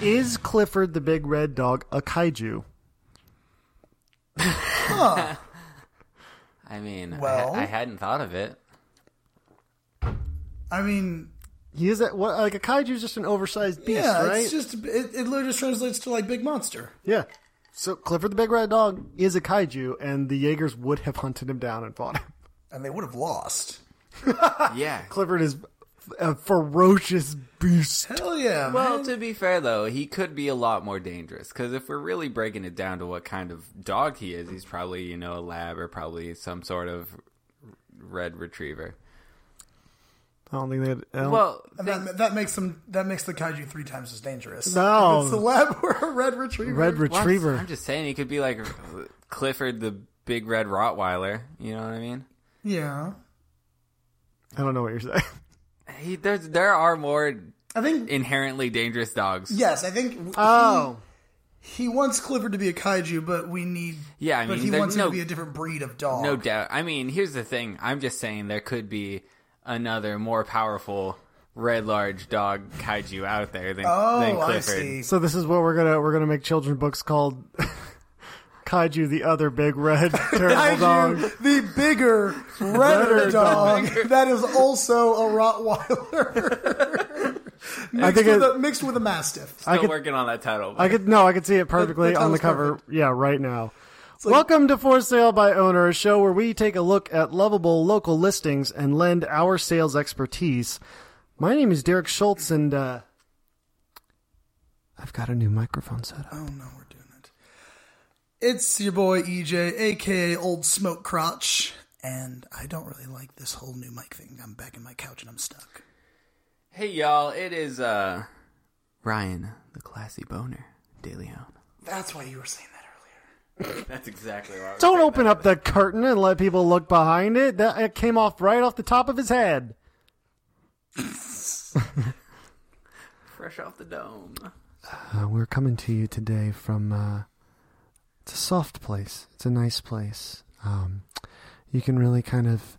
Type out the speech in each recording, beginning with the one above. Is Clifford the Big Red Dog a kaiju? I mean, I- Well- I, hadn't thought of it. I mean, He is that what like a kaiju is just an oversized beast, yeah, right? it's just it, it literally just translates to like big monster. yeah. So Clifford the Big Red Dog is a kaiju, and the Jaegers would have hunted him down and fought him. and they would have lost. Yeah. Clifford is a ferocious beast. Hell yeah! Well, man. to be fair though, he could be a lot more dangerous because if we're really breaking it down to what kind of dog he is, he's probably you know a lab or probably some sort of red retriever. I don't think they. Well, Well, And that, that makes them that makes the kaiju three times as dangerous. No. If it's the lab or a red retriever. Red what? Retriever. I'm just saying he could be like Clifford the big red Rottweiler. You know what I mean? yeah, I don't know what you're saying. He, there's there are more I think inherently dangerous dogs. yes, I think Oh, he wants Clifford to be a kaiju, but we need Yeah, I but mean, he there- wants him no- to be a different breed of dog. No doubt. I mean, here's the thing. I'm just saying there could be another more powerful red large dog kaiju out there than, oh, than I Clifford. see. so this is what we're gonna we're gonna make children books called Kaiju the Other Big Red Terrible Dog. Kaiju, the bigger, redder dog that is also a Rottweiler. mixed, think with it- a, mixed with a Mastiff. Still could- working on that title. I could no, I could see it perfectly the on the cover. title's Yeah, right now. Welcome to For Sale by Owner, a show where we take a look at lovable local listings and lend our sales expertise. My name is Derek Schultz, and uh, I've got a new microphone set up. Oh no, we're doing it. It's your boy E EJ, aka Old Smoke Crotch, and I don't really like this whole new mic thing. I'm back in my couch and I'm stuck. hey, y'all. It is uh, Ryan, the classy boner, De Leon. That's why you were saying that earlier. That's exactly right. Don't open up the curtain and let people look behind it. That it came off right off the top of his head. Fresh off the dome. Uh, we're coming to you today from. Uh, it's a soft place. It's a nice place. Um, you can really kind of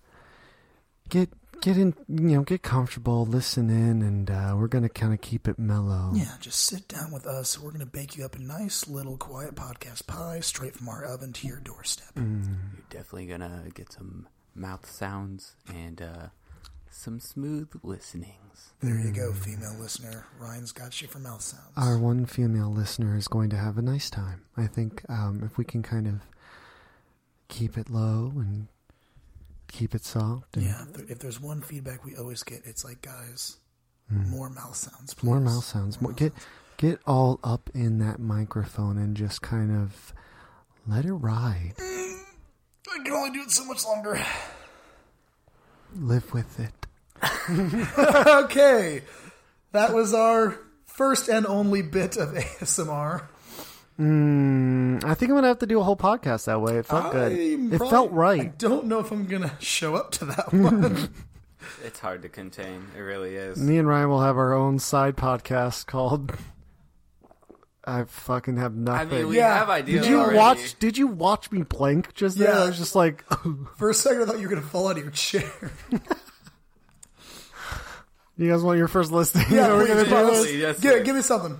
get get in, you know, get comfortable, listen in, and uh, we're gonna kind of keep it mellow. Yeah, just sit down with us. We're gonna bake you up a nice little quiet podcast pie straight from our oven to your doorstep. You're definitely gonna get some mouth sounds and uh, some smooth listenings. There you go, female listener. Ryan's got you for mouth sounds. Our one female listener is going to have a nice time. I think um, if we can kind of keep it low and keep it soft, and yeah, if, there- if there's one feedback we always get, it's like, guys, more mouth sounds, please. Hmm. More mouth sounds. More, get get all up in that microphone and just kind of let it ride. I can only do it so much longer. Live with it. Okay, that was our first and only bit of ASMR. Mm, I think I'm gonna have to do a whole podcast that way. It felt good. I'm It probably- felt I right. don't know if I'm gonna show up to that one. It's hard to contain. It really is. Me and Ryan will have our own side podcast called. I fucking have I nothing. mean, we Yeah. have ideas. did you already. watch? Did you watch me blank just there? Yeah. I was just like, For a second, I thought you were gonna fall out of your chair. you guys want your first listing? Are we please, gonna do yes. this? Yes, Give- sir. give me something.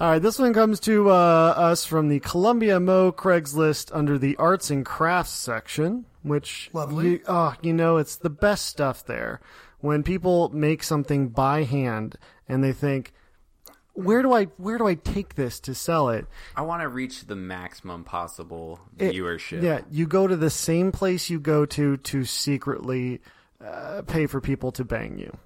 All right, this one comes to uh, us from the Columbia Mo Craigslist under the arts and crafts section, which Lovely. You, oh, you know, it's the best stuff there. When people make something by hand and they think, where do I where do I take this to sell it? I want to reach the maximum possible It- viewership. Yeah, you go to the same place you go to to secretly uh, pay for people to bang you.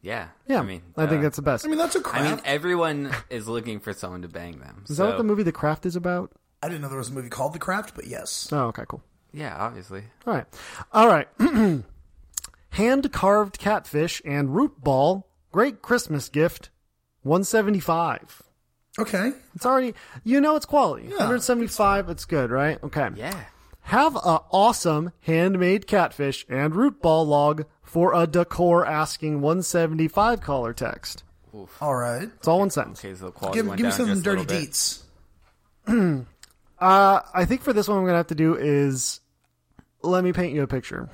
yeah, Yeah, I mean, I think uh, that's the best. I mean, that's a crap. I I, mean, everyone is looking for someone to bang them. is that what the movie The Craft is about? didn't know there was a movie called The Craft, but yes. Oh, okay, cool. Yeah, obviously. All right. All right. Hand carved catfish and root ball. Great Christmas gift. 175. Okay, It's already, you know, it's quality. 175. It's good, right? Okay. Yeah, Have a awesome handmade catfish and root ball log for a decor asking 175 caller text. all right. It's all one sentence. okay, so the quality Give, went give me down some just a dirty little bit. deets. Uh, I think for this one, I'm going to have to do is let me paint you a picture.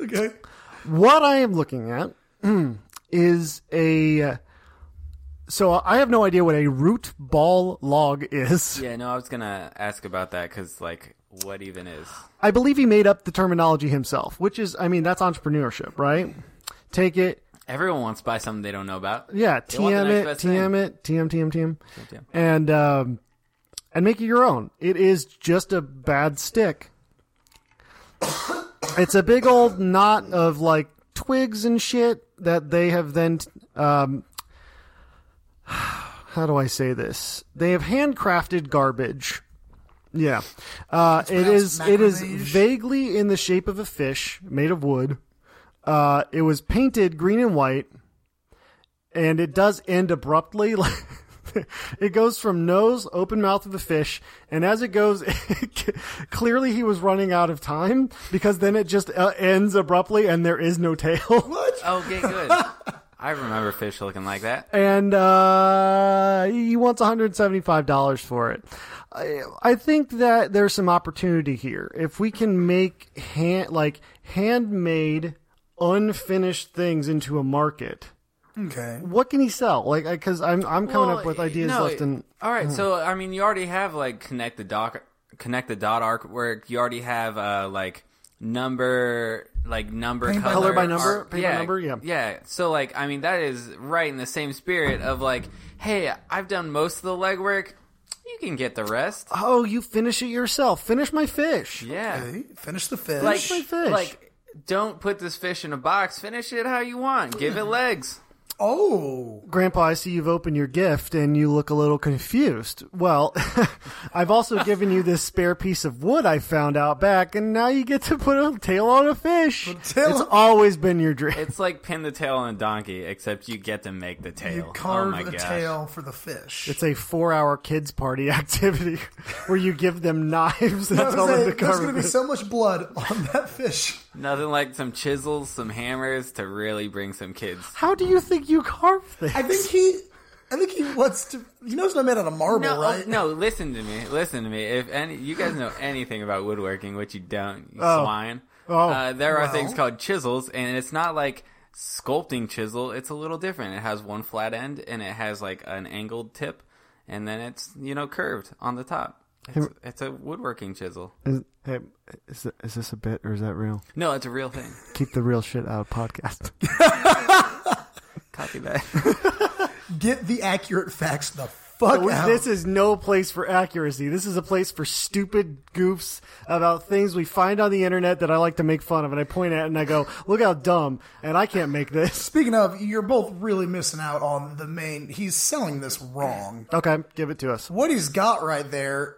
Okay. What I am looking at is a So I have no idea what a root ball log is. Yeah, no, I was gonna ask about that because, like, what even is? I believe he made up the terminology himself, which is, I mean, that's entrepreneurship, right? Take it, Everyone wants to buy something they don't know about. yeah, They want the TM next it, best TM thing. it, TM, TM, TM, TM. and um, and make it your own. It is just a bad stick. it's a big old knot of like twigs and shit that they have then. Um, how do I say this? They have handcrafted garbage. Yeah, uh, it is. It is macrame-ish. vaguely in the shape of a fish made of wood. Uh, it was painted green and white, and it does end abruptly. Like it goes from nose, open mouth of the fish, and as it goes, clearly he was running out of time because then it just uh, ends abruptly and there is no tail. What? Oh, Okay, good. I remember fish looking like that. And uh, he wants one hundred seventy-five dollars for it. I, I think that there's some opportunity here if we can make hand like handmade, unfinished things into a market. Okay. what can he sell? Like, because I'm I'm coming Well, eh, up with ideas no, left and uh-huh. all right. So I mean, you already have like connect the doc, connect the dot artwork. You already have uh like number, like number Paint by color, Color by number, art- paint by number, yeah. yeah. So like, I mean, that is right in the same spirit of like, hey, I've done most of the legwork. You can get the rest. oh, you finish it yourself. Finish my fish. Yeah. Okay. Finish the fish. Like, my fish. like, don't put this fish in a box. Finish it how you want. Give Hmm. it legs. oh, Grandpa, I see you've opened your gift and you look a little confused. Well, I've also given you this spare piece of wood I found out back, and now you get to put a tail on a fish. tail it's on- always been your dream. It's like pin the tail on a donkey, except you get to make the tail. you oh carve my the gosh. tail for the fish. It's a four-hour kids party activity where you give them knives and I was tell gonna them say, to there's cover. going to be it. so much blood on that fish. Nothing like some chisels, some hammers to really bring some kids. How do you think you carve this? I think he, I think he wants to. He knows they're made out of marble, No, oh, right? no, listen to me. Listen to me. If any you guys know anything about woodworking, which you don't, you swine. Oh. Uh, there are things called chisels and it's not like sculpting chisel, it's a little different. It has one flat end and it has like an angled tip and then it's, you know, curved on the top. It's, it's a woodworking chisel. Is, hey, is, th- is this a bit or is that real? No, it's a real thing. Keep the real shit out of podcast. Copy that. Get the accurate facts the fuck We- out. This is no place for accuracy. This is a place for stupid goofs about things we find on the internet that I like to make fun of, and I point at it and I go, "Look how dumb!" And I can't make this. Speaking of, you're both really missing out on the main. He's selling this wrong. Okay, give it to us. What he's got right there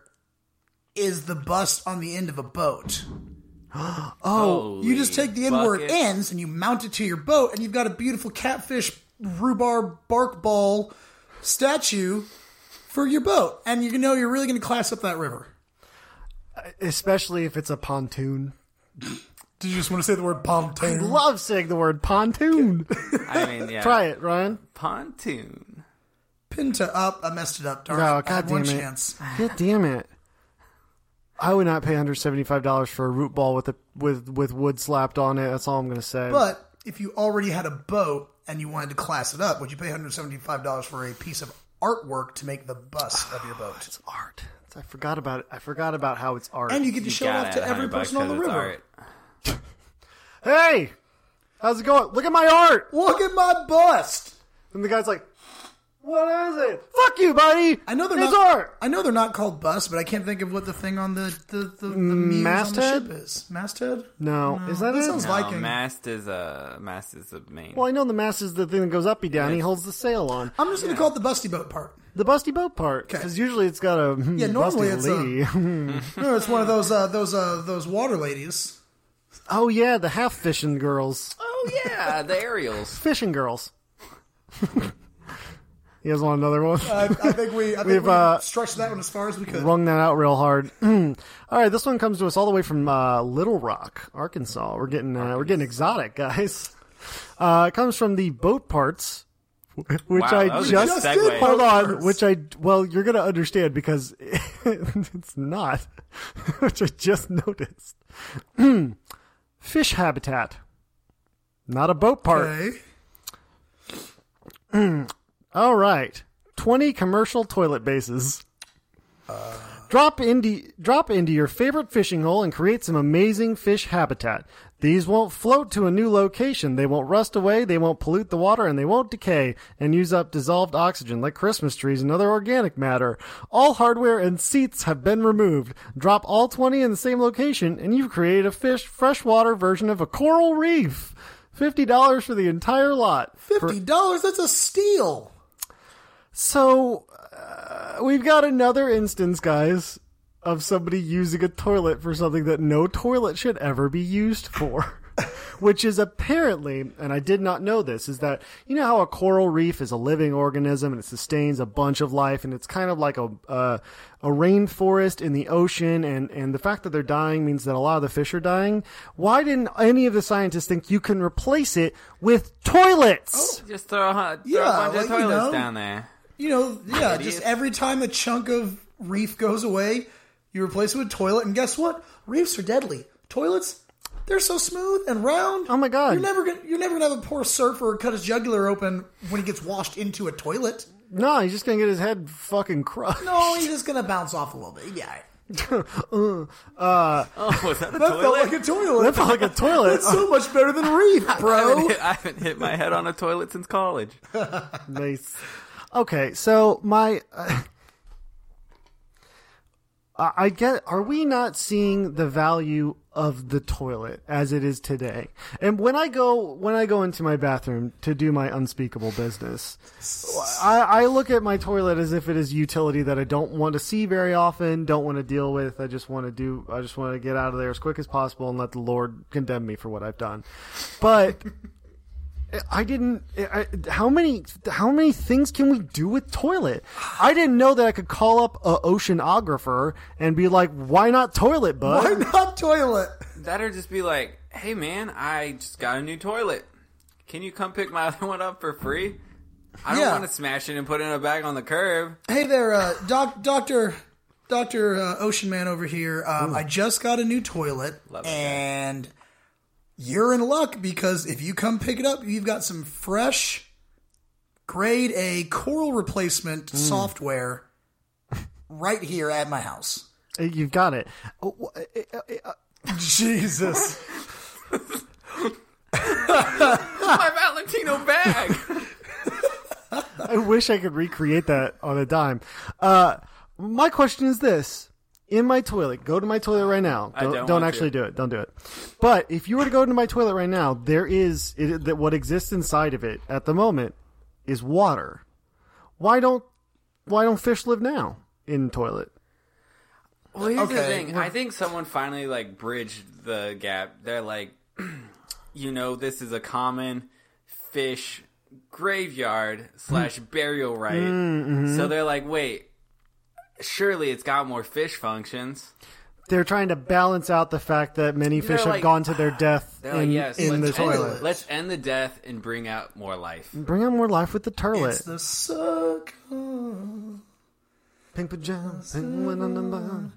is the bust on the end of a boat. Oh, You just take the end where it ends and you mount it to your boat, and you've got a beautiful catfish rhubarb bark ball statue for your boat. And you know you're really going to class up that river. Especially if it's a pontoon. Did you just want to say the word pontoon? Love saying the word pontoon. I mean, yeah. Try it, Ryan. Pontoon. Pinta up. I messed it up. Darn No, it. I had Oh, God one damn it. chance. God damn it! I would not pay under seventy five dollars for a root ball with a with with wood slapped on it. That's all I'm gonna say. But if you already had a boat and you wanted to class it up, would you pay $175 for a piece of artwork to make the bust of your boat? it's art. I forgot about it. I forgot about how it's art. And you get to show it Gotta off add to every 100 bucks person on the 'cause it's river. art. hey, how's it going? Look at my art. Look at my bust. And the guy's like, "What is it? Fuck you, buddy! I know they're it's not. art. I know they're not called bust, but I can't think of what the thing on the the the, the muse masthead? on the ship is. Masthead. No, is that, that it? sounds No, Viking. Oh, mast is a mast is the main. well, I know the mast is the thing that goes uppy down. He holds the sail on I'm just gonna call it the busty boat part. the busty boat part Okay. because usually it's got a yeah. normally busty it's a- lady. No, it's one of those uh, those uh, those water ladies. oh yeah, the half fishing girls, oh yeah, the aerials. fishing girls. you guys want another one? I, Uh, I think we I think We've, we uh, stretched that one as far as we could. Rung that out real hard. all right, this one comes to us all the way from uh, Little Rock, Arkansas. We're getting uh, we're getting exotic, guys. Uh, it comes from the boat parts, which I that was a good just segue. did. Hold on, Parts. which I well, you're gonna understand because it's not, which I just noticed. Fish habitat, not a boat part. Okay. All right. 20 commercial toilet bases. Drop into drop into your favorite fishing hole and create some amazing fish habitat. These won't float to a new location. They won't rust away. They won't pollute the water, and they won't decay and use up dissolved oxygen like Christmas trees and other organic matter. All hardware and seats have been removed. Drop all twenty in the same location, and you've created a fish freshwater version of a coral reef. Fifty dollars for the entire lot. Fifty dollars? That's a steal. So uh, we've got another instance, guys, of somebody using a toilet for something that no toilet should ever be used for. Which is apparently, and I did not know this, is that you know how a coral reef is a living organism and it sustains a bunch of life, and it's kind of like a uh, a rainforest in the ocean, and and the fact that they're dying means that a lot of the fish are dying. Why didn't any of the scientists think you can replace it with toilets? Just throw, a hun- throw Yeah, a bunch of like, you toilets know. down there. You know, yeah, Idiots. just every time a chunk of reef goes away, you replace it with toilet, and guess what? Reefs are deadly. Toilets, they're so smooth and round. Oh my God. You're never gonna you're never gonna have a poor surfer cut his jugular open when he gets washed into a toilet. No, he's just gonna get his head fucking crushed. No, he's just gonna bounce off a little bit. Yeah. Oh, was that a That felt toilet? like a toilet. That felt like a toilet. That's so much better than reef, I haven't bro. hit- I haven't hit my head on a toilet since college. nice. Okay, so my, uh, I I get. Are we not seeing the value of the toilet as it is today? And when I go when I go into my bathroom to do my unspeakable business, I, I look at my toilet as if it is utility that I don't want to see very often, don't want to deal with. I just want to do. I just want to get out of there as quick as possible and let the Lord condemn me for what I've done. But. I didn't. I, how many how many things can we do with toilet? I didn't know that I could call up a oceanographer and be like, "Why not toilet, bud?" Why not toilet? That'd just be like, hey man, I just got a new toilet. Can you come pick my other one up for free? I don't Yeah. want to smash it and put it in a bag on the curb. Hey there, uh, doc, doctor, doctor uh, Ocean Man over here. Um, I just got a new toilet, Love it, guy. and you're in luck because if you come pick it up, you've got some fresh grade A coral replacement Mm. software right here at my house. You've got it. Oh, wh- Jesus, my Valentino bag. I wish I could recreate that on a dime. Uh, my question is this: In my toilet, go to my toilet right now. Don't, don't don't want actually to. do it. Don't do it. But if you were to go into my toilet right now, there is it, that what exists inside of it at the moment is water. Why don't Why don't fish live now in toilet? Well, here's the Okay, thing. I think someone finally like bridged the gap. They're like, you know, this is a common fish graveyard slash Hmm. burial rite. Mm, mm-hmm. So they're like, wait, surely it's got more fish functions. They're trying to balance out the fact that many fish have like- gone to their death They're in, like, yes, in the let's end, toilet. Mm. Let's end the death and bring out more life. Bring on more life with the toilet. it's the sucker. Pink pajamas. penguin on the bun.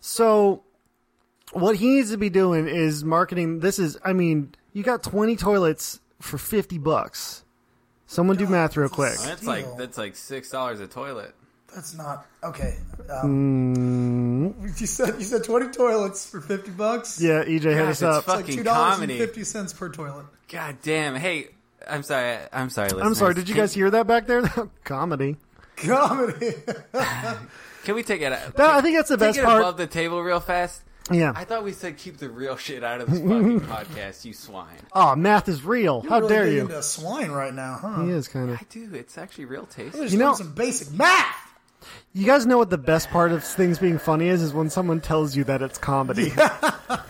So, what he needs to be doing is marketing. This is, I mean, you got 20 toilets for 50 bucks. Someone do math real quick. That's like that's like six dollars a toilet. That's not okay. Um, Mm. You said you said twenty toilets for fifty bucks. Yeah, EJ, hit God, us it's up. fuck- like Fucking two dollars and comedy. fifty cents per toilet. God damn. Hey, I'm sorry. I'm sorry. Listeners. I'm sorry, did you guys hear that back there? Comedy. Comedy. Can we take it? out- That, I think that's the Take best it part. above the table real fast. yeah. I thought we said keep the real shit out of this fucking podcast, you swine. Uh, oh, math is real. How Really dare getting you? Into swine right now, huh? He is kind of. I do. It's actually real taste. Just You know- learn some basic math. You guys know what the best part of things being funny is? Is when someone tells you that it's comedy. I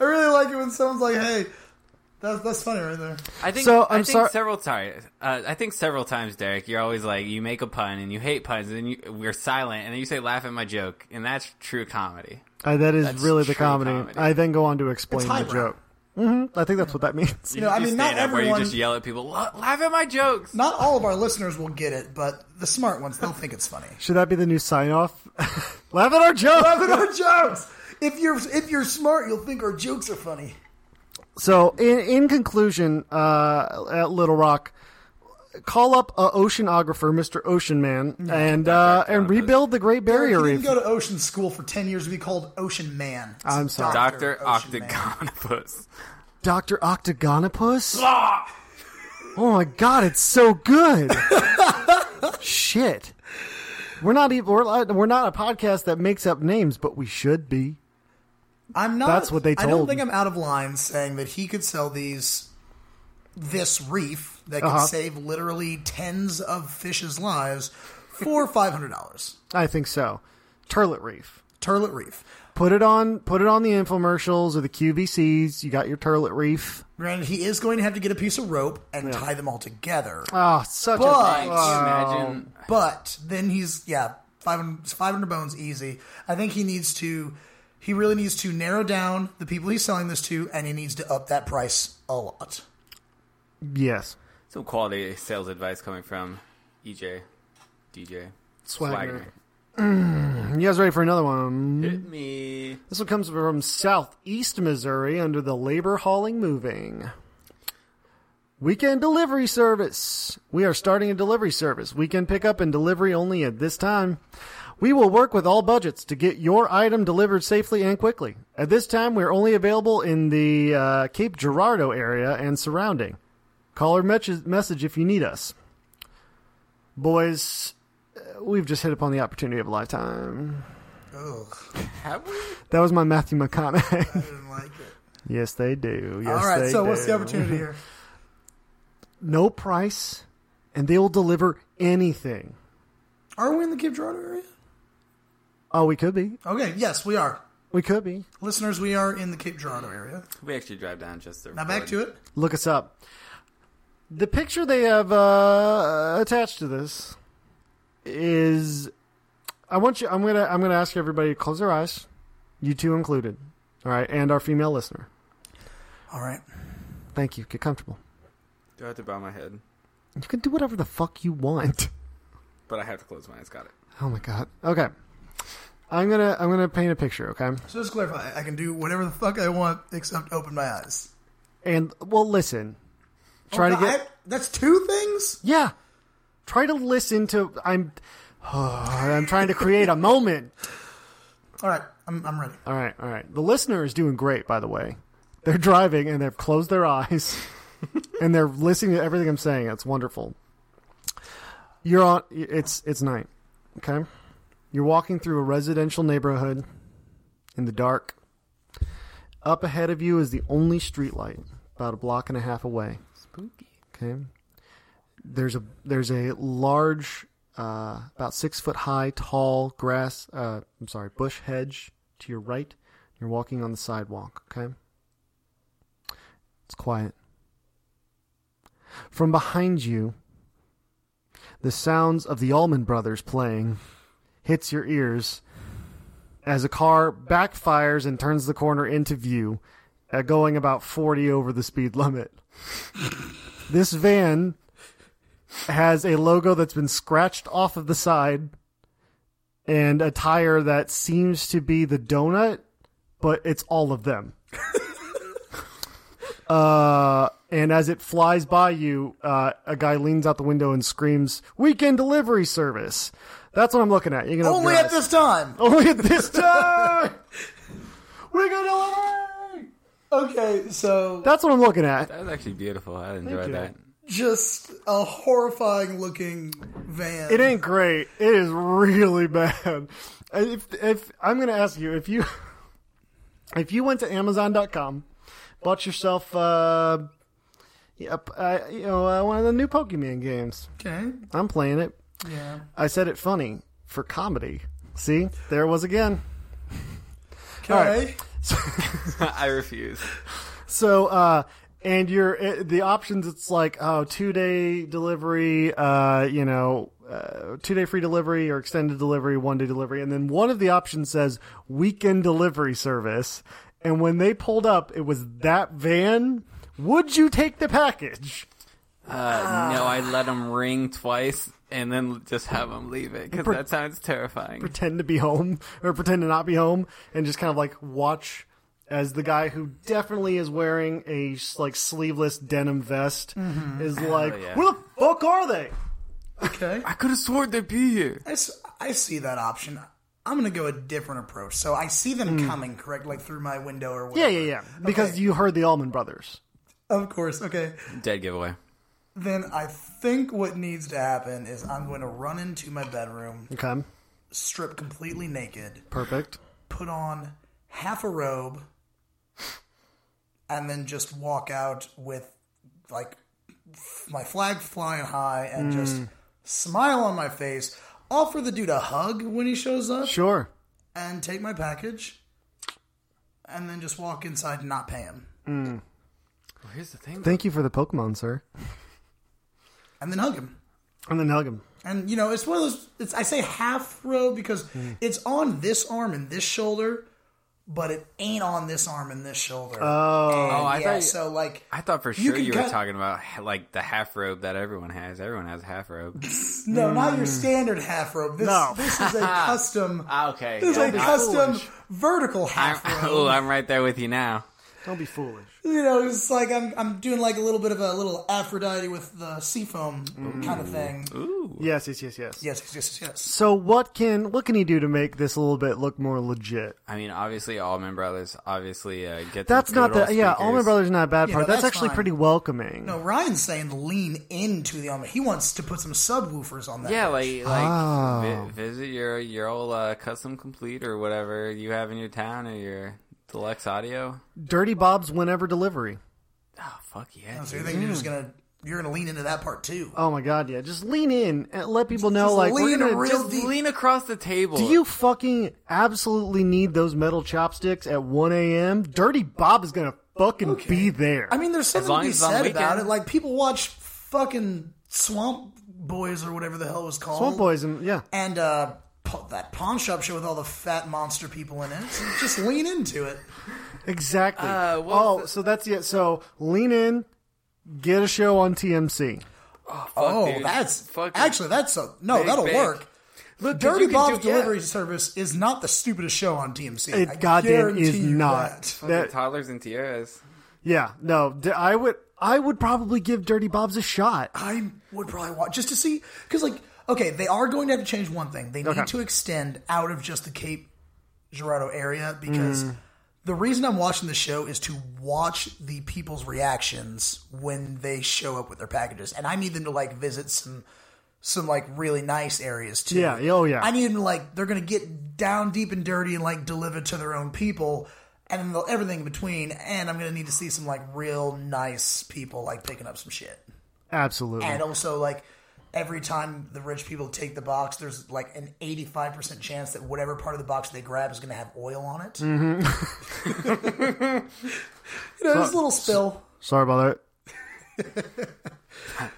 really like it when someone's like, "Hey, that's that's funny right there." I think. So, i I'm think sorry- Several times. Uh, I think several times, Derek. You're always like you make a pun and you hate puns and you, we're silent and then you say laugh at my joke and that's true comedy. Uh, that is That's really the true comedy. comedy. I then go on to explain the highbrow. joke. hmm I think that's what that means. You know, I You mean, stand not up where everyone, you just yell at people. "La- Laugh at my jokes. not all of our listeners will get it, but the smart ones they'll think it's funny. Should that be the new sign off? Laugh at our joke. But our jokes. If you're if you're smart, you'll think our jokes are funny. So, in in conclusion, uh, at Little Rock, call up a oceanographer, Mister Ocean Man, and uh, and rebuild the Great If Barrier you Reef. didn't go to ocean school for 10 years, we called Ocean Man. It's I'm sorry. Doctor Ocean Man. Octagonopus. Doctor Octagonopus. Oh my god, it's so good. Shit, we're not even we're, li- we're not a podcast that makes up names, but we should be. I'm not. That's what they I told don't think me. I'm out of line saying that he could sell these, this reef that could Uh-huh. save literally tens of fishes' lives for five hundred dollars. I think so. Turlet Reef. Turlet reef. Put it on. Put it on the infomercials or the QVCs. You got your Turlet Reef. Granted, he is going to have to get a piece of rope and tie them all together. Oh, such But- a. Can you imagine? But then he's yeah, five hundred five hundred bones easy. I think he needs to. He really needs to narrow down the people he's selling this to, and he needs to up that price a lot. Yes. Some quality sales advice coming from E EJ, DJ, Swagger. You guys ready for another one? Hit me. This one comes from southeast Missouri under the labor hauling moving. Weekend delivery service. We are starting a delivery service. Weekend pickup and delivery only at this time. We will work with all budgets to get your item delivered safely and quickly. At this time, we are only available in the uh, Cape Girardeau area and surrounding. Call or message message if you need us. Boys, uh, we've just hit upon the opportunity of a lifetime. Ugh, Have we? That was my Matthew McConaughey. I didn't like it. Yes, they do. Yes, all right, they so what's the do. opportunity here? No price, and they will deliver anything. Are we in the Cape Girardeau area? Oh, we could be. Okay, yes, we are. We could be. Listeners, we are in the Cape Girardeau area. We actually drive down just to Now back to it. Look us up. The picture they have uh, attached to this is. I want you. I'm gonna. I'm gonna ask everybody to close their eyes, you two included. All right, and our female listener. All right. Thank you. Get comfortable. Do I have to bow my head? You can do whatever the fuck you want. But I have to close my eyes. Got it. Oh my god. Okay. I'm gonna. I'm gonna paint a picture. Okay. So just to clarify, I can do whatever the fuck I want except open my eyes. And well, listen. Try to Oh, get. I- that's two things. Yeah. Try to listen to I'm I'm trying to create a moment. All right, I'm, I'm ready. All right, all right. The listener is doing great by the way. They're driving and they've closed their eyes and they're listening to everything I'm saying. That's wonderful. You're on it's it's night. Okay? You're walking through a residential neighborhood in the dark. Up ahead of you is the only streetlight about a block and a half away. Spooky. Okay. There's a there's a large, uh, about six foot high, tall grass. Uh, I'm sorry, bush hedge to your right. You're walking on the sidewalk. Okay. It's quiet. From behind you, the sounds of the Allman Brothers playing hits your ears as a car backfires and turns the corner into view at going about 40 over the speed limit. This van has a logo that's been scratched off of the side and a tire that seems to be the donut, but it's all of them. uh, and as it flies by you, uh, a guy leans out the window and screams, Weekend delivery service. That's what I'm looking at. You can open Only your at eyes. this time. Only at this time! We're gonna deliver! Okay, so That's what I'm looking at. That was actually beautiful. I enjoyed you. that. just a horrifying looking van. It ain't great. It is really bad. If if I'm gonna ask you if you if you went to Amazon.com, bought yourself uh, yep, uh you know uh, one of the new Pokemon games. Okay. I'm playing it. Yeah. I said it funny for comedy. See, there it was again. right. Okay. I refuse. So, uh, and your it, the options, it's like oh, two day delivery, uh, you know, uh, two day free delivery or extended delivery, one day delivery, and then one of the options says weekend delivery service. And when they pulled up, it was that van. Would you take the package? Uh, no, I let him ring twice and then just have him leave it because that sounds terrifying. Pretend to be home or pretend to not be home, and just kind of like watch as the guy who definitely is wearing a like sleeveless denim vest is like, yeah. "Where the fuck are they? Okay. I could have sworn they'd be here. I, s- I see that option. I'm going to go a different approach. So I see them coming, correct? Like through my window or Hmm. Yeah, whatever. yeah, yeah. Because Okay. you heard the Allman Brothers. Of course. Okay. Dead giveaway. Then I think what needs to happen is I'm going to run into my bedroom, Okay, strip completely naked, perfect. put on half a robe, and then just walk out with like f- my flag flying high and just smile on my face, offer the dude a hug when he shows up, Sure. and take my package, and then just walk inside and not pay him. Well, here's the thing. Thank you for the Pokemon, sir. And then hug him. And then hug him. And you know, it's one of those. It's, I say half robe because it's on this arm and this shoulder, but it ain't on this arm and this shoulder. Oh, Oh, I yeah. thought you- so like, I thought for sure can you, were cut- talking about like the half robe that everyone has. Everyone has a half robe. no, not Hmm. your standard half robe. This, No. this is a custom. Ah, okay. This is a yeah, custom vertical I'm, half robe. oh, I'm right there with you now. Don't be foolish. You know, it's like I'm I'm doing like a little bit of a little Aphrodite with the seafoam Mm. kind of thing. Yes, yes, yes, yes. Yes, yes, yes, yes. So what can what can he do to make this a little bit look more legit? I mean, obviously, Allman Brothers. Obviously, uh, get That's them not good the old yeah. speakers. Allman Brothers is not a bad Yeah, part. no, that's, that's actually fine. pretty welcoming. No, Ryan's saying lean into the arm. He wants to put some subwoofers on that. Yeah, bitch. like like Ah. vi- visit your your old uh, custom complete or whatever you have in your town or your deluxe audio. Dirty Bob's whenever delivery. Oh fuck yeah! So you think you're just gonna you're gonna lean into that part too? Oh my god, yeah. Just lean in and let people know Just like lean we're gonna real just- deep. Lean across the table. do you fucking absolutely need those metal chopsticks at 1 a.m.? Dirty Bob is gonna fucking be there. I mean, there's something long to be as it's on said about weekend. it. Like people watch fucking Swamp Boys or whatever the hell it was called. Swamp Boys and yeah. and uh, pa- that pawn shop show with all the fat monster people in it. So just lean into it. Exactly. Uh, what oh, was the- so that's it. So lean in, get a show on TMC. oh, dude. that's Fuck. actually that's a no. Big that'll bank. work. Look, Dirty you can Bob's do- yeah. Delivery Service is not the stupidest show on TMC. I It goddamn guarantee is you not. that. Fucking That, toddlers and tiaras. yeah, no, d- I would I would probably give Dirty Bob's a shot. I would probably watch just to see because like okay, they are going to have to change one thing. They need Okay. to extend out of just the Cape Girardeau area because Mm. the reason I'm watching the show is to watch the people's reactions when they show up with their packages, and I need them to like visit some some like really nice areas too. Yeah, oh, yeah. I need them to like they're gonna get down deep and dirty and like deliver to their own people. And then they'll- everything in between, and I'm gonna need to see some like real nice people like picking up some shit. Absolutely. And also, like, every time the rich people take the box, there's like an 85% chance that whatever part of the box they grab is going to have oil on it. Mm-hmm. you know, just a little spill. Sorry about that.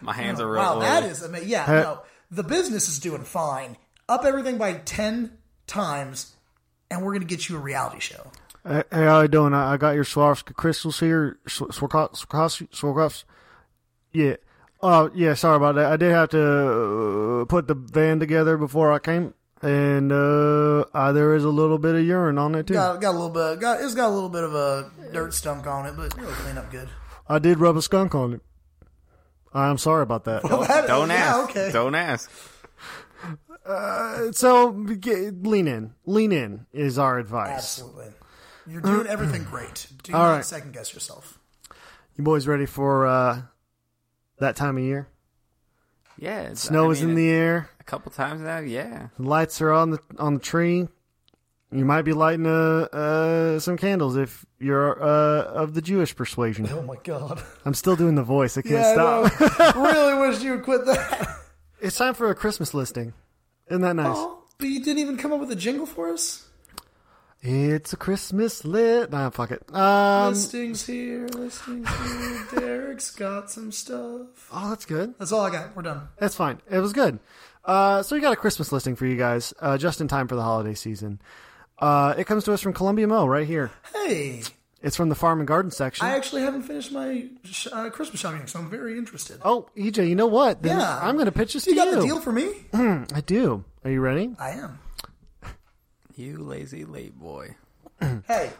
My hands are real. Oh, Wow, that oily. is amazing. Yeah, no, the business is doing fine. Up everything by 10 times, and we're going to get you a reality show. Hey, hey, how you doing? I, I got your Swarovski crystals here. Sw- Swarko- Swarovski, Swarovski. Yeah. Oh, yeah. Sorry about that. I did have to uh, put the van together before I came, and uh, uh, there is a little bit of urine on it too. Got, got a little bit. Got, it's got a little bit of a dirt stunk on it, but it'll clean up good. I did rub a skunk on it. I'm sorry about that. That- Oh, Don't yeah, ask. okay. Don't ask. So g- lean in. Lean in is our advice. Absolutely. You're doing everything great. Do All not right. second guess yourself. You boys ready for uh, that time of year? Yeah, it's- Snow I is mean, in the air. a couple times now. Yeah, The lights are on the on the tree. You might be lighting uh, uh, some candles if you're uh, of the Jewish persuasion. Oh my god. I'm still doing the voice. I can't Yeah, stop. I know. really wish you would quit that. it's time for a Christmas listing. Isn't that nice? Oh, but you didn't even come up with a jingle for us. It's a Christmas lit. Nah, fuck it. Um, listings here, listings here. Derek's got some stuff. oh, that's good. That's all I got. We're done. That's fine. It was good. Uh, so we got a Christmas listing for you guys, uh, just in time for the holiday season. Uh, it comes to us from Columbia Mo right here. Hey, It's from the farm and garden section. I actually haven't finished my sh- uh, Christmas shopping, so I'm very interested. oh, EJ, you know what? Then Yeah. I'm going to pitch this you to got you. the deal for me? I do. Are you ready? I am. you lazy late boy. Hey,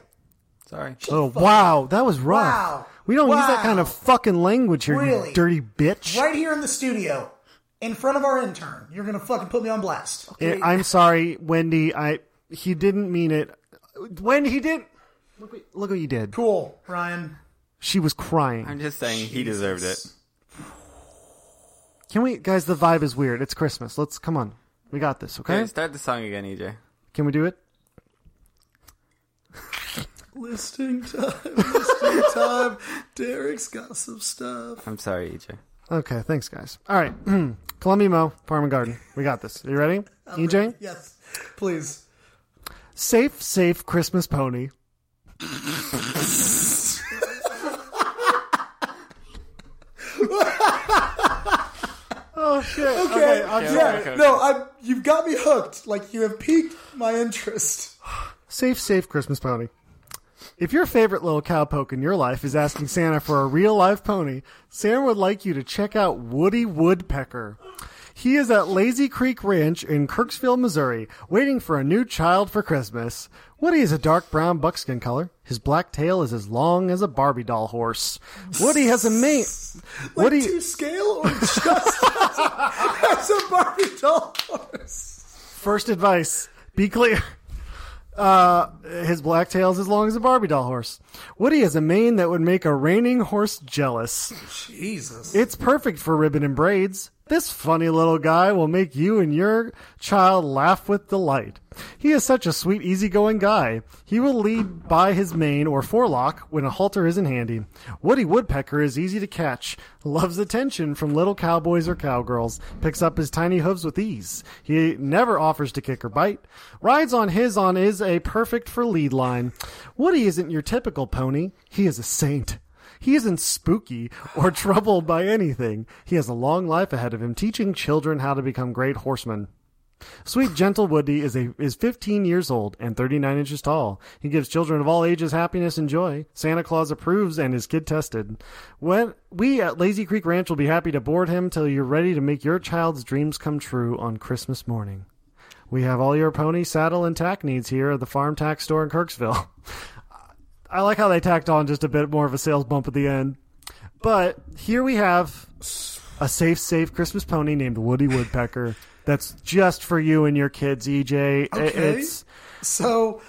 Sorry. Oh wow, that was rough. Wow. We don't use Wow. that kind of fucking language here, Really? you dirty bitch. Right here in the studio, in front of our intern, you're gonna fucking put me on blast. I- I'm sorry, Wendy. I he didn't mean it. When he did, look, what- look what you did. Cool, Ryan. She was crying. I'm just saying he deserved it. Can we, guys? The vibe is weird. It's Christmas. Let's come on. We got this. Okay. Okay, start the song again, E EJ. Can we do it? Listing time, listing time. Derek's got some stuff. I'm sorry, E EJ. Okay. Thanks, guys. All right. Columbia Mo, Farm and Garden. We got this. you ready? EJ. Yes, please. Safe, safe Christmas pony. oh shit. Okay, yeah, okay, no, I'm, you've got me hooked. Like you have piqued my interest. Safe, safe Christmas pony. If your favorite little cowpoke in your life is asking Santa for a real life pony, Santa would like you to check out Woody Woodpecker. He is at Lazy Creek Ranch in Kirksville, Missouri, waiting for a new child for Christmas. Woody is a dark brown buckskin color. His black tail is as long as a Barbie doll horse. Woody has a mane. Like Woody to scale or just as a Barbie doll horse? First advice: be clear. Uh, his black tail's as long as a Barbie doll horse. Woody has a mane that would make a reining horse jealous. Jesus. It's perfect for ribbon and braids. This funny little guy will make you and your child laugh with delight. He is such a sweet, easygoing guy. He will lead by his mane or forelock when a halter isn't handy. Woody Woodpecker is easy to catch, loves attention from little cowboys or cowgirls, picks up his tiny hooves with ease. He never offers to kick or bite. Rides on his on is a perfect for lead line. Woody isn't your typical pony. He is a saint. He isn't spooky or troubled by anything. He has a long life ahead of him, teaching children how to become great horsemen. Sweet Gentle Woody is a is 15 years old and 39 inches tall. He gives children of all ages happiness and joy. Santa Claus approves and is kid tested. When we at Lazy Creek Ranch will be happy to board him till you're ready to make your child's dreams come true on Christmas morning. We have all your pony, saddle, and tack needs here at the Farm Tack Store in Kirksville. I like how they tacked on just a bit more of a sales bump at the end. But here we have a safe, safe Christmas pony named Woody Woodpecker. That's just for you and your kids, EJ. I- Okay. It's So,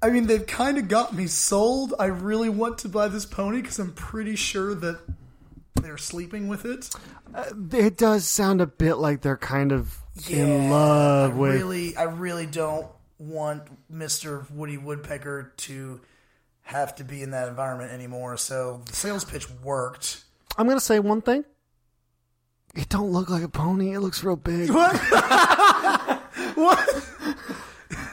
I mean, they've kind of got me sold. I really want to buy this pony because I'm pretty sure that they're sleeping with it. it does sound a bit like they're kind of in Yeah, love I with. really, I really don't want Mister Woody Woodpecker to have to be in that environment anymore. So the sales pitch worked. I'm gonna say one thing. It don't look like a pony. It looks real big. What?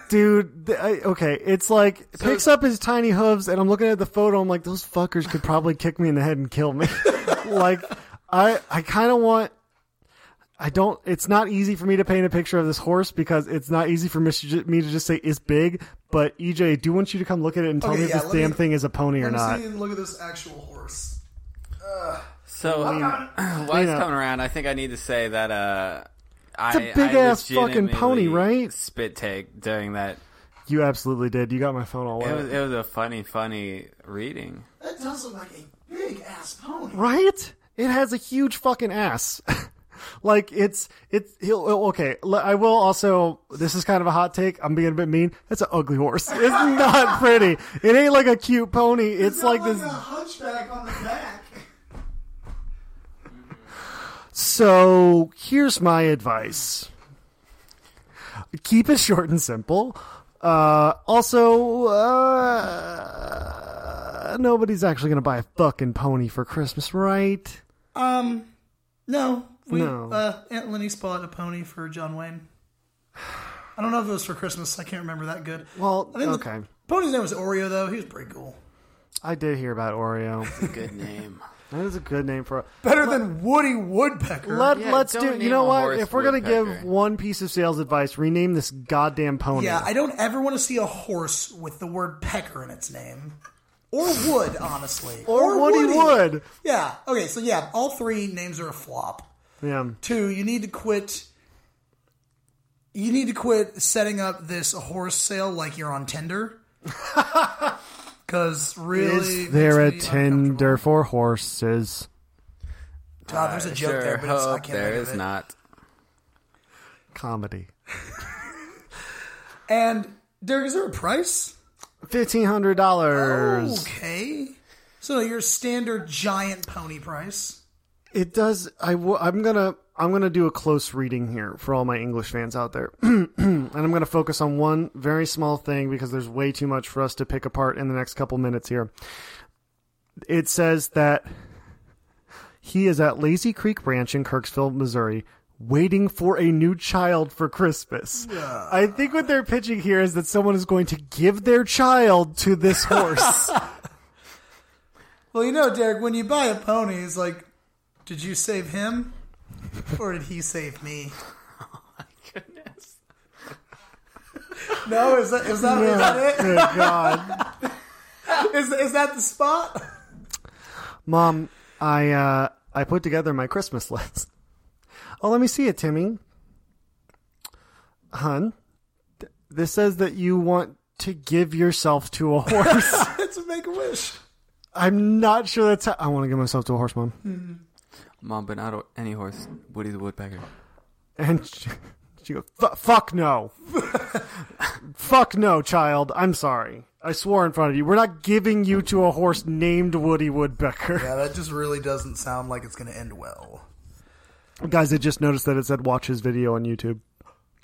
Dude, th- I, okay, it's like picks up his tiny hooves, and I'm looking at the photo. I'm like, those fuckers could probably kick me in the head and kill me. like, I I kind of want. I don't. It's not easy for me to paint a picture of this horse because it's not easy for me to ju- me to just say it's big. But EJ, I do want you to come look at it and tell Okay, me if yeah, this let me- damn thing is a pony or not. and look at this actual horse. So while it's coming around, I think I need to say that uh, I a big I ass fucking pony, legitimately right? Spit take during that. You absolutely did. You got my phone all It wet. was, it was a funny, funny reading. That does look like a big ass pony. Right? It has a huge fucking ass. like it's it's he'll oh, okay. l- I will also. This is kind of a hot take. I'm being a bit mean. That's an ugly horse. It's not pretty. It ain't like a cute pony. It's like this. hunchback on the back. So here's my advice. Keep it short and simple. Uh, also, uh, nobody's actually gonna buy a fucking pony for Christmas, right? Um, no, we No. Uh, Aunt Lenny's bought a pony for John Wayne. I don't know if it was for Christmas. I can't remember that good. Well, I think okay. The pony's name was Oreo, though. He was pretty cool. I did hear about Oreo. Good name. That is a good name for. Better than Woody Woodpecker. Let, Yeah, let's don't do. You name know a what? horse If we're gonna give Woodpecker. one piece of sales advice, rename this goddamn pony. yeah, I don't ever want to see a horse with the word pecker in its name. Or wood, honestly. or Woody Wood. Yeah. Okay, so yeah, all three names are a flop. Yeah. Two, you need to quit. You need to quit setting up this horse sale like you're on Tinder. Because really, Is there a makes me uncomfortable. tender for horses? God, there's a joke sure there, but it's, I hope can't there think of is it. not. Comedy. And Derek, is there a price? Fifteen hundred dollars. Okay. So your standard giant pony price. It does. I w- I'm gonna I'm gonna do a close reading here for all my English fans out there, and I'm gonna focus on one very small thing because there's way too much for us to pick apart in the next couple minutes here. It says that he is at Lazy Creek Ranch in Kirksville, Missouri. Waiting for a new child for Christmas. I think what they're pitching here is that someone is going to give their child to this horse. Well, you know, Derek, when you buy a pony, it's like, did you save him, or did he save me? Oh, Goodness. No, is that is that, is that Good God. it? Is, is that the spot? Mom, I uh, I put together my Christmas list. Oh, let me see it, Timmy. Hun, th- this says that you want to give yourself to a horse. It's a make a wish. I'm not sure that's how I want to give myself to a horse, Mom. Mom, but not o- any horse. Woody the Woodpecker. And she, she goes, "Fu- "Fuck no, fuck no, child. I'm sorry. I swore in front of you. We're not giving you to a horse named Woody Woodpecker." Yeah, that just really doesn't sound like it's going to end well. Guys, I just noticed that it said watch his video on YouTube.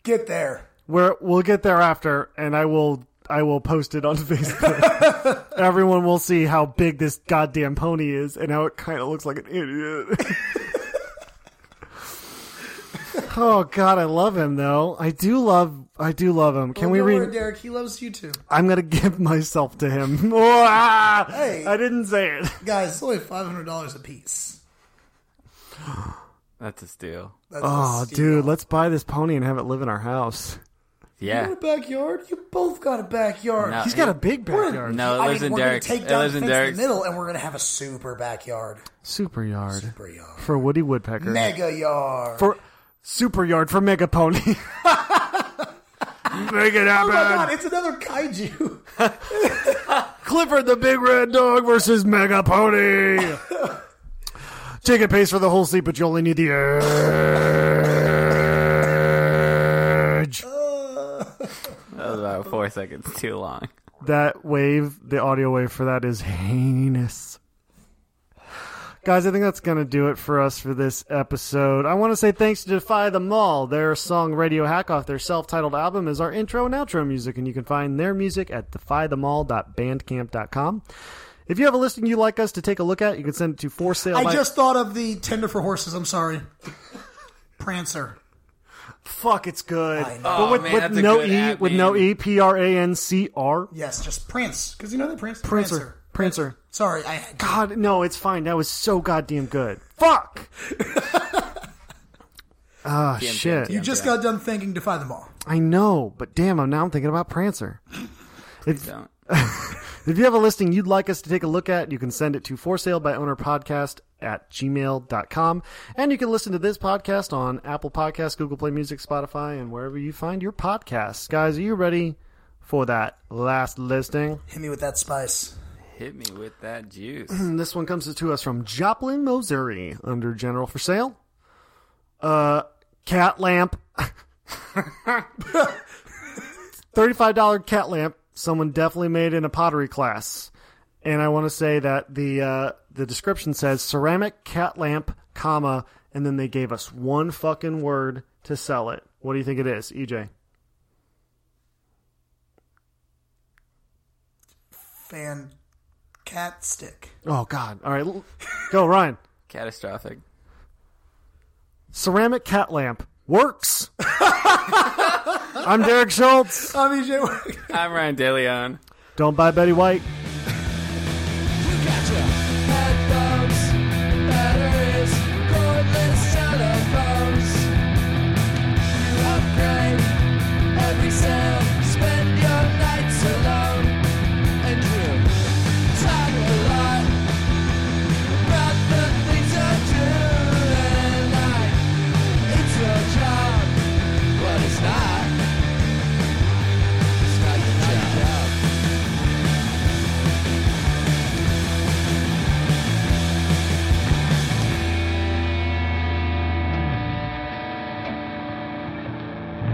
Get there. We're, we'll get there after, and I will I will post it on Facebook. Everyone will see how big this goddamn pony is and how it kind of looks like an idiot. oh God, I love him though. I do love I do love him. Can Don't we worry, read? Derek? He loves you too, I'm gonna give myself to him. Oh, ah! Hey. I didn't say it. guys. It's only five hundred dollars a piece. That's a steal. That's a Oh, steal. dude, let's buy this pony and have it live in our house. You Yeah. got a backyard? You both got a backyard. No, He's got a big backyard, No, it I lives mean, in we're Derek's. gonna It take down lives the in fence in Derek's. the middle, and we're gonna have a super backyard, super yard super yard, for Woody Woodpecker. mega yard. for super yard for mega pony make it oh happen my god, it's another kaiju. clifford the big red dog versus mega pony ticket pays for the whole seat but you only need the edge That was about four seconds too long. that wave the audio wave for that is heinous Guys, I think that's going to do it for us for this episode. I want to say thanks to Defy the Mall. Their song Radio Hack Off, their self titled album, is our intro and outro music, and you can find their music at defythemall.bandcamp.com. If you have a listing you'd like us to take a look at, you can send it to for sale. I by- just thought of the tender for horses. I'm sorry, Prancer. Fuck, it's good. I know. But with, man, with that's a no good E, app, with no man. E, P R A N C R. Yes, just Prince, because you know that Prince. Prancer. Prancer. Sorry, I had God, no, it's fine. That was so goddamn good. Fuck! Ah, shit. you just got done thinking Defy them all. I know, but damn, I'm now I'm thinking about Prancer. If, Don't. if you have a listing you'd like us to take a look at, you can send it to for sale by owner podcast at gmail.com. And you can listen to this podcast on Apple Podcasts, Google Play Music, Spotify, and wherever you find your podcasts. Guys, are you ready for that last listing? Hit me with that spice. Hit me with that juice. And this one comes to us from Joplin, Missouri, under general for sale. Uh, cat lamp. $35 cat lamp. Someone definitely made in a pottery class. And I want to say that the, uh, the description says ceramic cat lamp, comma, and then they gave us one fucking word to sell it. What do you think it is, E EJ? Fan cat stick. Oh, God. All right. l- Go, Ryan. Catastrophic. Ceramic cat lamp works. I'm Derek Schultz. I'm EJ. I'm Ryan DeLeon. Don't buy Betty White.